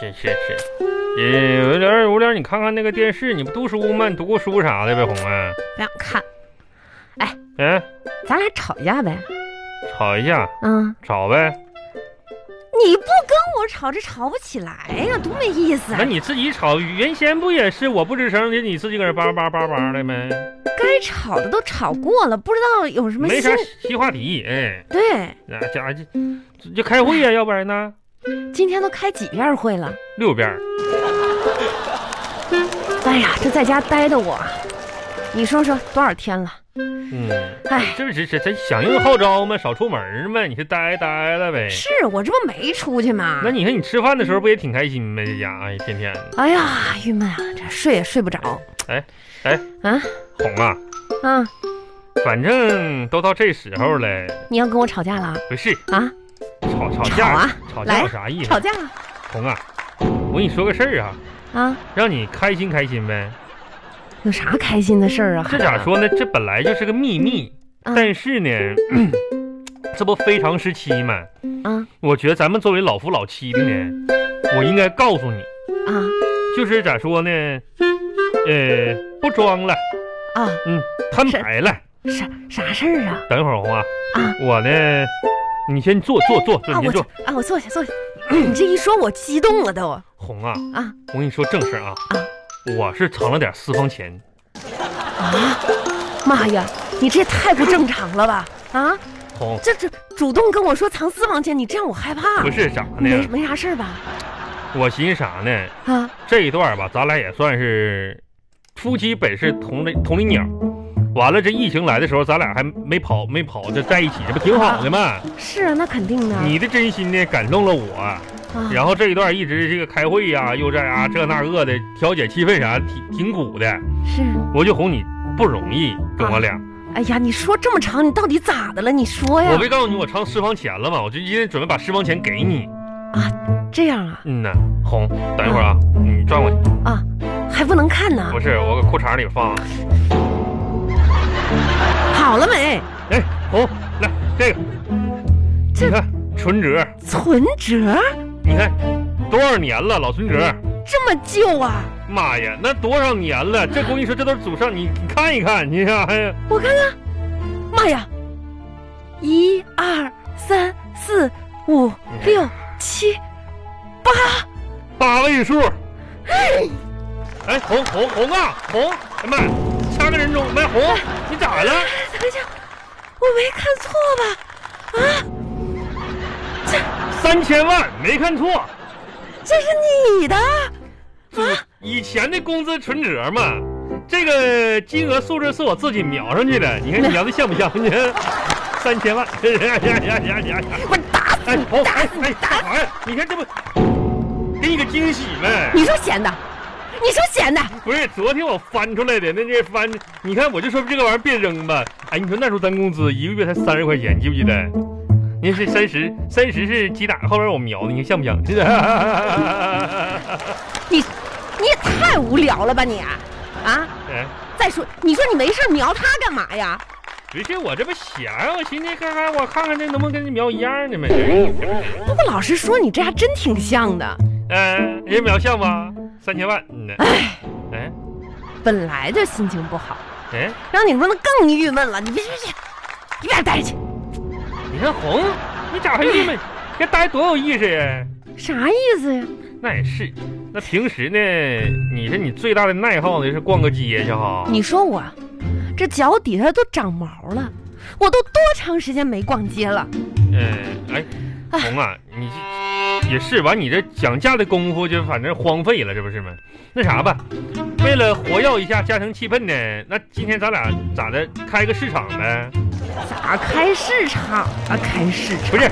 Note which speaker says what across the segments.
Speaker 1: 是是，也无聊无聊，你看看那个电视，你不读书吗？你读过书啥的呗，红啊？
Speaker 2: 不想看，
Speaker 1: 嗯，
Speaker 2: 哎咱俩吵一架呗。
Speaker 1: 吵一架，
Speaker 2: 嗯，
Speaker 1: 吵呗。
Speaker 2: 你不跟我吵，这吵不起来呀，多没意思啊
Speaker 1: 那！你自己吵，原先不也是我不吱声的，你自己搁这叭叭叭叭的呗，
Speaker 2: 该吵的都吵过了，不知道有什么
Speaker 1: 没
Speaker 2: 新
Speaker 1: 啥新话题。哎，
Speaker 2: 对。
Speaker 1: 那家伙就就开会呀、要不然呢？
Speaker 2: 今天都开几遍会了？
Speaker 1: 六遍儿，
Speaker 2: 哎呀，这在家待的我，啊你说说多少天了？
Speaker 1: 嗯，
Speaker 2: 哎，
Speaker 1: 这不是这咱响应号召吗？少出门儿嘛，你就待待了呗。
Speaker 2: 是我这不没出去吗
Speaker 1: 哎那？你看你吃饭的时候不也挺开心呗？这家伙哎，天天的
Speaker 2: 哎呀，郁闷啊，这睡也睡不着。
Speaker 1: 哎哎，
Speaker 2: 啊
Speaker 1: 红啊，
Speaker 2: 啊，
Speaker 1: 反正都到这时候了，
Speaker 2: 你要跟我吵架了
Speaker 1: 不是
Speaker 2: 啊？
Speaker 1: 吵吵
Speaker 2: 吵
Speaker 1: 架
Speaker 2: 啊
Speaker 1: 吵
Speaker 2: 来
Speaker 1: 架
Speaker 2: 啊
Speaker 1: 有啥意
Speaker 2: 吵
Speaker 1: 思？
Speaker 2: 架
Speaker 1: 红啊，我跟你说个事儿啊，
Speaker 2: 啊？
Speaker 1: 让你开心开心呗。
Speaker 2: 有啥开心的事儿啊？
Speaker 1: 这咋说呢？这本来就是个秘密，
Speaker 2: 嗯
Speaker 1: 但是呢， 这不非常时期嘛。
Speaker 2: 嗯
Speaker 1: 我觉得咱们作为老夫老妻的呢，我应该告诉你，
Speaker 2: 啊
Speaker 1: 就是咋说呢？呃，不装了，
Speaker 2: 啊？
Speaker 1: 摊牌了。
Speaker 2: 啥啥事儿啊？
Speaker 1: 等一会儿红啊，
Speaker 2: 啊
Speaker 1: 我呢，你先坐坐坐坐，
Speaker 2: 啊，
Speaker 1: 你先
Speaker 2: 我这
Speaker 1: 坐。
Speaker 2: 啊，我坐下坐下。你这一说，我激动了都啊！
Speaker 1: 红啊，
Speaker 2: 啊
Speaker 1: 我跟你说正事儿啊，我是藏了点私房钱。
Speaker 2: 妈呀，你这也太不正常了吧？啊，
Speaker 1: 红，
Speaker 2: 这这主动跟我说藏私房钱，你这样我害怕。
Speaker 1: 不是咋
Speaker 2: 没
Speaker 1: 呢？
Speaker 2: 没啥事儿吧？
Speaker 1: 我寻思啥呢？
Speaker 2: 啊，
Speaker 1: 这一段吧，咱俩也算是夫妻本是同林同林鸟。完了，这疫情来的时候，咱俩还没跑没跑，这在一起，这不挺好的吗？
Speaker 2: 是啊，那肯定的。
Speaker 1: 你的真心呢感动了我，
Speaker 2: 啊
Speaker 1: 然后这一段一直这个开会呀、又这啊这那个的调解气氛啥，挺挺苦的。
Speaker 2: 是，
Speaker 1: 我就哄你不容易，跟我俩，
Speaker 2: 哎呀，你说这么长，你到底咋的了？你说
Speaker 1: 我
Speaker 2: 哎呀。
Speaker 1: 没告诉你我藏私房钱了吗？我就今天准备把私房钱给你。
Speaker 2: 这样啊
Speaker 1: 嗯呐，红，等一会儿啊，你转过去，
Speaker 2: 啊，还不能看呢。
Speaker 1: 不是我搁裤衩里放啊。
Speaker 2: 好了没？
Speaker 1: 哎，红，来这个，
Speaker 2: 这
Speaker 1: 你看存折，
Speaker 2: 存折
Speaker 1: 你看多少年了，老存折，
Speaker 2: 这么旧啊？
Speaker 1: 妈呀，那多少年了？这我跟你说，这都是祖上，你你看一看，你看，哎呀，
Speaker 2: 我看看，妈呀！一二三四五六七，
Speaker 1: 八位数。哎，红红红啊，红，哎妈呀，掐个人中，哎红，你咋了？
Speaker 2: 等一下，哎我没看错吧？啊
Speaker 1: 三千万，没看错，
Speaker 2: 这是你的啊？
Speaker 1: 以前的工资存折嘛。这个金额数字是我自己瞄上去的，你看你描的像不像？你看， 三千万，呀呀呀呀呀呀！
Speaker 2: 我打死
Speaker 1: 哎，
Speaker 2: 你！
Speaker 1: 好，哎哎，大华呀，你看这不，给你个惊喜呗？
Speaker 2: 你说闲的，你说闲的，
Speaker 1: 不是，昨天我翻出来的，那这翻，你看我就说这个玩意儿别扔吧。哎，你说那时候咱工资一个月才三十块钱，记不记得？您是三十，三十是击打，后边我瞄的，你看像不像？
Speaker 2: 你你也太无聊了吧你啊！啊！
Speaker 1: 哎，
Speaker 2: 再说，你说你没事儿瞄他干嘛呀？
Speaker 1: 不是我这不闲，我寻思看看我看看这能不能跟你瞄一样的呗？
Speaker 2: 不过老实说，你这还真挺像的。
Speaker 1: 嗯、人瞄像吗？三千万，嗯呢？哎
Speaker 2: 本来就心情不好，
Speaker 1: 哎，
Speaker 2: 让你说那更郁闷了。你别别别，一边待着去，
Speaker 1: 你看红，你咋还郁闷？这待多有意思呀！
Speaker 2: 啥意思呀？
Speaker 1: 那也是。那平时呢，你说你最大的爱好呢是逛个街去哈？
Speaker 2: 你说我这脚底下都长毛了，我都多长时间没逛街了？
Speaker 1: 嗯，哎，红啊，你这也是完，你这讲价的功夫就反正荒废了，这不是吗？那啥吧，为了活跃一下家庭气氛呢，那今天咱俩咋的开个市场呗？
Speaker 2: 咋开市场啊？开市场？
Speaker 1: 不是，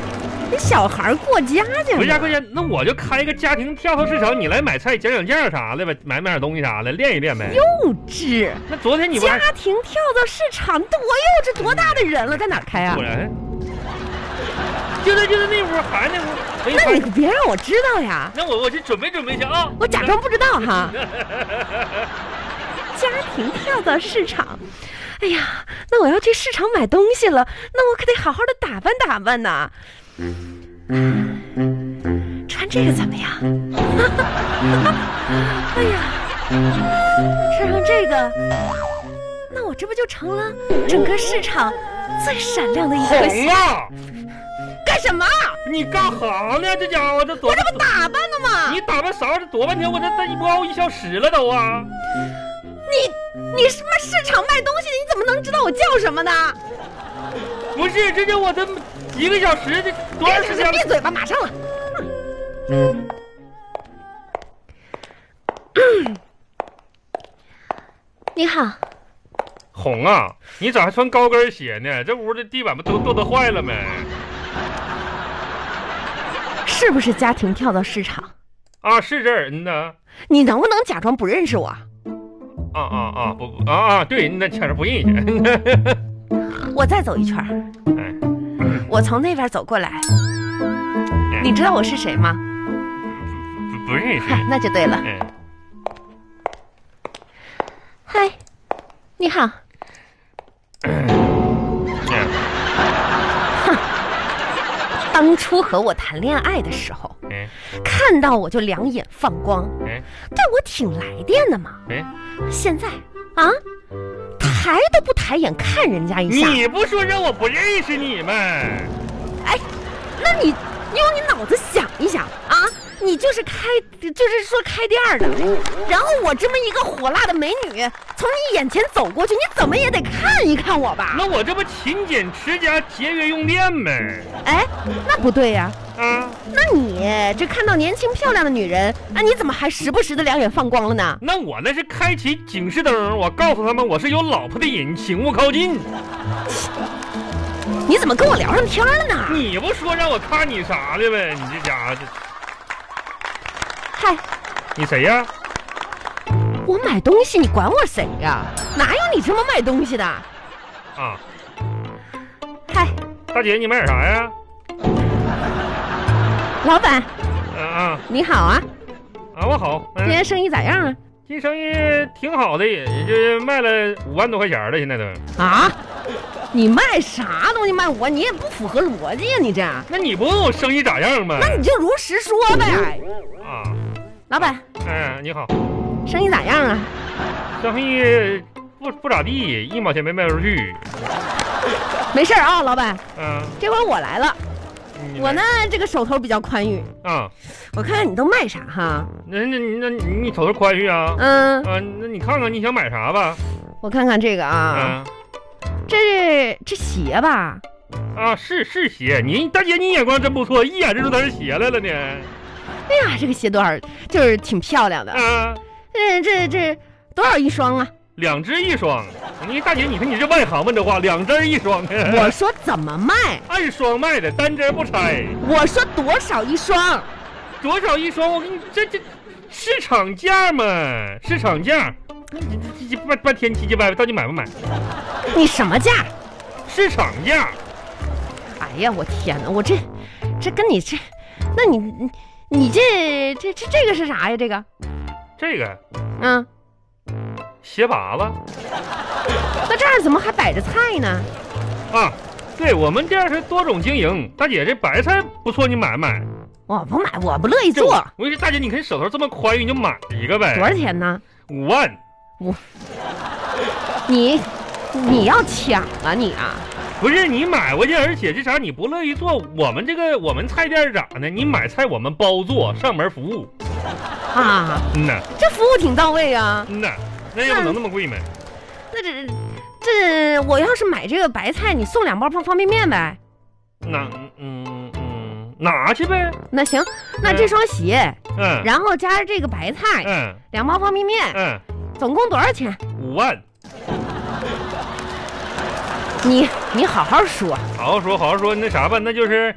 Speaker 2: 你小孩儿过家去
Speaker 1: 不是
Speaker 2: 了？
Speaker 1: 家关键，那我就开个家庭跳蚤市场，你来买菜讲讲价啥的呗，买买点东西啥的，练一练呗。
Speaker 2: 幼稚！
Speaker 1: 那昨天你不还
Speaker 2: 家庭跳蚤市场多幼稚，多大的人了，在哪儿开啊
Speaker 1: 果？然，就在就在那屋，还那屋，没
Speaker 2: 那
Speaker 1: 法
Speaker 2: 你别让我知道呀！
Speaker 1: 那我我去准备准备去啊！
Speaker 2: 我假装不知道哈。家庭跳蚤市场，哎呀，那我要去市场买东西了，那我可得好好的打扮打扮呐。穿这个怎么样？ 哎呀，穿上这个，那我这不就成了整个市场最闪亮的一颗星
Speaker 1: 红？啊！
Speaker 2: 干什么？
Speaker 1: 你干哈呢？这家伙这多
Speaker 2: 嗯我这不打扮呢吗？
Speaker 1: 你打扮啥玩意儿？躲半天，我这这一猫一小时了都啊！
Speaker 2: 你你什么市场卖东西的？你怎么能知道我叫什么呢？
Speaker 1: 不是，这就我这一个小时，这多长时间
Speaker 2: 哎闭
Speaker 1: 了？
Speaker 2: 嘴吧，马上了。嗯你好，
Speaker 1: 红啊，你咋还穿高跟鞋呢？这屋的地板不都跺得坏了没？
Speaker 2: 是不是家婷跳到市场？
Speaker 1: 啊，是这儿，嗯呐，
Speaker 2: 你能不能假装不认识我？
Speaker 1: 啊啊啊，不不啊啊，对，那确实不认识。
Speaker 2: 我再走一圈儿，
Speaker 1: 哎，
Speaker 2: 我从那边走过来。你知道我是谁吗？
Speaker 1: 不不认识。
Speaker 2: 嗨，那就对了。
Speaker 1: 哎，
Speaker 2: 嗨，你好，
Speaker 1: 哎
Speaker 2: 当初和我谈恋爱的时候，
Speaker 1: 哎
Speaker 2: 看到我就两眼放光，
Speaker 1: 哎
Speaker 2: 对我挺来电的嘛。
Speaker 1: 哎，
Speaker 2: 现在啊，抬都不抬眼看人家一下，
Speaker 1: 你不说让我不认识你吗？
Speaker 2: 哎那你你用你脑子想一想啊，你就是开就是说开店儿的，然后我这么一个火辣的美女从你眼前走过去，你怎么也得看一看我吧？
Speaker 1: 那我这不勤俭持家、节约用电吗？
Speaker 2: 哎，那不对呀、
Speaker 1: 啊，
Speaker 2: 那你这看到年轻漂亮的女人，啊，你怎么还时不时的两眼放光了呢？
Speaker 1: 那我那是开启警示灯，我告诉他们我是有老婆的人，请勿靠近。
Speaker 2: 你怎么跟我聊上天了呢？
Speaker 1: 你不说让我看你啥的呗？你这家伙，这
Speaker 2: 嗨，
Speaker 1: 你谁呀？
Speaker 2: 我买东西，你管我谁呀、哪有你这么卖东西的？
Speaker 1: 啊，
Speaker 2: 嗨，
Speaker 1: 大姐，你买点啥呀？
Speaker 2: 老板
Speaker 1: 啊啊
Speaker 2: 你好啊，
Speaker 1: 啊，我好，
Speaker 2: 今
Speaker 1: 嗯、
Speaker 2: 天生意咋样
Speaker 1: 这生意挺好的，也也就是卖了五万多块钱了，现在都。
Speaker 2: 啊？啊，你卖啥东西卖我？你也不符合逻辑呀、啊你这，
Speaker 1: 那你不问我生意咋样吗？
Speaker 2: 那你就如实说呗。
Speaker 1: 啊，
Speaker 2: 老板，
Speaker 1: 嗯，你好，
Speaker 2: 生意咋样啊？
Speaker 1: 生意不不咋地，一毛钱没卖出去。
Speaker 2: 没事儿啊，老板，
Speaker 1: 嗯、
Speaker 2: 这回我来了，
Speaker 1: 你
Speaker 2: 我呢这个手头比较宽裕，
Speaker 1: 啊，
Speaker 2: 我看看你都卖啥哈？
Speaker 1: 那那那你你瞅着宽裕啊。
Speaker 2: 嗯，
Speaker 1: 啊，那你看看你想买啥吧？
Speaker 2: 我看看这个啊，
Speaker 1: 啊
Speaker 2: 这这鞋吧，
Speaker 1: 啊，是是鞋，你大姐你眼光真不错，一眼认出它是鞋来了呢。
Speaker 2: 哎呀，这个鞋多少就是挺漂亮的，
Speaker 1: 啊，
Speaker 2: 这这这多少一双啊？
Speaker 1: 两只一双，你大姐，你看你这外行问这话，两只一双，
Speaker 2: 我说怎么卖？
Speaker 1: 按双卖的，单只不拆，
Speaker 2: 我说多少一双？
Speaker 1: 多少一双？我给你这这市场价嘛，市场价，你这这这半半天唧唧歪歪，到底买不买？
Speaker 2: 你什么价？
Speaker 1: 市场价，
Speaker 2: 哎呀，我天哪，我这这跟你这，那你你你这这这这个是啥呀？这个，
Speaker 1: 这个
Speaker 2: 嗯，
Speaker 1: 鞋拔子
Speaker 2: 那这儿怎么还摆着菜呢？
Speaker 1: 啊，对我们店是多种经营，大姐这白菜不错，你买不买？
Speaker 2: 我不买，我不乐意
Speaker 1: 这
Speaker 2: 做。
Speaker 1: 我跟你说，大姐，你看你手头这么宽裕，你就买一个
Speaker 2: 多少
Speaker 1: 呗，
Speaker 2: 钱呢？
Speaker 1: 五万。
Speaker 2: 你你要抢啊你啊！
Speaker 1: 不是你买回去，而且这啥你不乐意做，我们这个我们菜店儿咋呢？你买菜我们包
Speaker 2: 嗯
Speaker 1: 做，上门服务。
Speaker 2: 啊，
Speaker 1: 嗯呐，
Speaker 2: 这服务挺到位啊。
Speaker 1: 嗯呐，那也不能那么贵吗？
Speaker 2: 那这这我要是买这个白菜，你送两包方方便面呗。
Speaker 1: 那嗯嗯，拿去呗。
Speaker 2: 那行，那
Speaker 1: 嗯
Speaker 2: 这双鞋，
Speaker 1: 嗯
Speaker 2: 然后加上这个白菜，
Speaker 1: 嗯
Speaker 2: 两包方便面，
Speaker 1: 嗯，
Speaker 2: 总共多少钱？
Speaker 1: 五万。
Speaker 2: 你你好好说，
Speaker 1: 好好说，好好说，那啥吧，那就是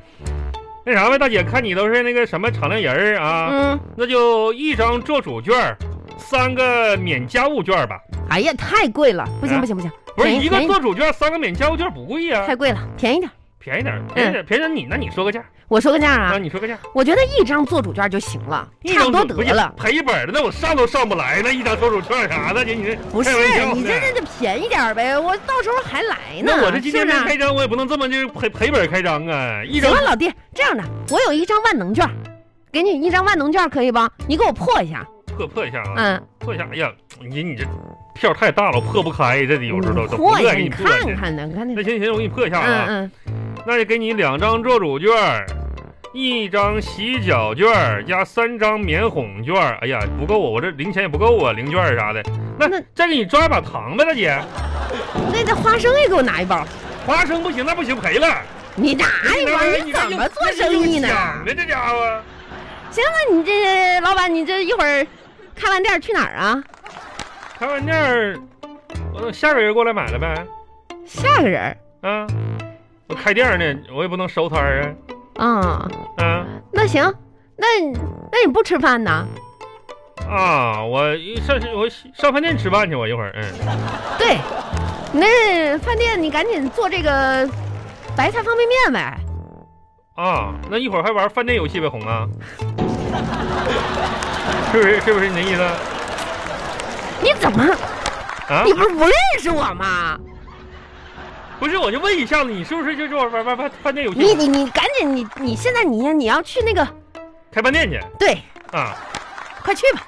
Speaker 1: 那啥呗，大姐，看你都是那个什么敞亮人儿啊，
Speaker 2: 嗯，
Speaker 1: 那就一张做主券儿，三个免家务券儿吧。
Speaker 2: 哎呀，太贵了，不行
Speaker 1: 啊
Speaker 2: 不行不行，
Speaker 1: 不是
Speaker 2: 便宜
Speaker 1: 一个
Speaker 2: 便宜
Speaker 1: 做主券儿，三个免家务券儿不贵呀、
Speaker 2: 太贵了，便宜点。
Speaker 1: 便宜点儿，便宜点儿，便宜点儿。你那你说个价儿
Speaker 2: 我说个价
Speaker 1: 啊？
Speaker 2: 啊，
Speaker 1: 你说个价儿。
Speaker 2: 我觉得一张做主券就行了，
Speaker 1: 一
Speaker 2: 差
Speaker 1: 张
Speaker 2: 不多
Speaker 1: 手不
Speaker 2: 得
Speaker 1: 是
Speaker 2: 了。
Speaker 1: 赔本儿的，那我上都上不来呢。一张手手券啥的，姐你这
Speaker 2: 不是
Speaker 1: 开玩笑呢
Speaker 2: 你这这这便宜点儿呗，我到时候还来呢。
Speaker 1: 那我这今
Speaker 2: 是
Speaker 1: 天没
Speaker 2: 不是
Speaker 1: 开张，我也不能这么就是赔赔本儿开张啊。一
Speaker 2: 行
Speaker 1: 张
Speaker 2: 了，老弟，这样的，我有一张万能券，给你一张万能券，可以吧？你给我破一下。
Speaker 1: 破破一下啊，
Speaker 2: 嗯，
Speaker 1: 破一下。哎呀，你你这票太大了，破不开，这有时候都都
Speaker 2: 破
Speaker 1: 不
Speaker 2: 一下，
Speaker 1: 愿意
Speaker 2: 你
Speaker 1: 破
Speaker 2: 看
Speaker 1: 去。
Speaker 2: 看呢，你看那
Speaker 1: 那，行行，我给你破一下啊。
Speaker 2: 嗯
Speaker 1: 那就给你两张做主券儿，一张洗脚券儿加三张免哄券儿。哎呀，不够啊，我这零钱也不够啊，零券儿啥的。那
Speaker 2: 那
Speaker 1: 再给你抓一把糖呗，大姐。
Speaker 2: 嗯，那这花生也给我拿一包。
Speaker 1: 花生不行，那不行，赔了。
Speaker 2: 你拿
Speaker 1: 哎
Speaker 2: 一包，哎你怎么做生意呢？
Speaker 1: 呢，这家伙。
Speaker 2: 行了，你这老板，你这一会儿开完店去哪儿啊？
Speaker 1: 开完店儿，我等下个人过来买了呗。
Speaker 2: 下个人儿，
Speaker 1: 啊，我开店儿呢，我也不能收摊儿
Speaker 2: 啊、
Speaker 1: 啊。啊
Speaker 2: 那行，那你那你不吃饭呢？
Speaker 1: 啊，我一上我上饭店吃饭去，我一会儿。嗯，
Speaker 2: 对，那饭店你赶紧做这个白菜方便面呗。
Speaker 1: 啊，那一会儿还玩饭店游戏呗，红啊。是不是？是不是你那意思
Speaker 2: 你怎么？
Speaker 1: 啊
Speaker 2: 你？不是不认识我吗？
Speaker 1: 不是，我就问一下子，你是不是就是玩玩玩玩饭店游
Speaker 2: 你
Speaker 1: 戏，
Speaker 2: 你你赶紧你你现在你你要去那个
Speaker 1: 开饭店去
Speaker 2: 对，
Speaker 1: 啊？
Speaker 2: 快去吧。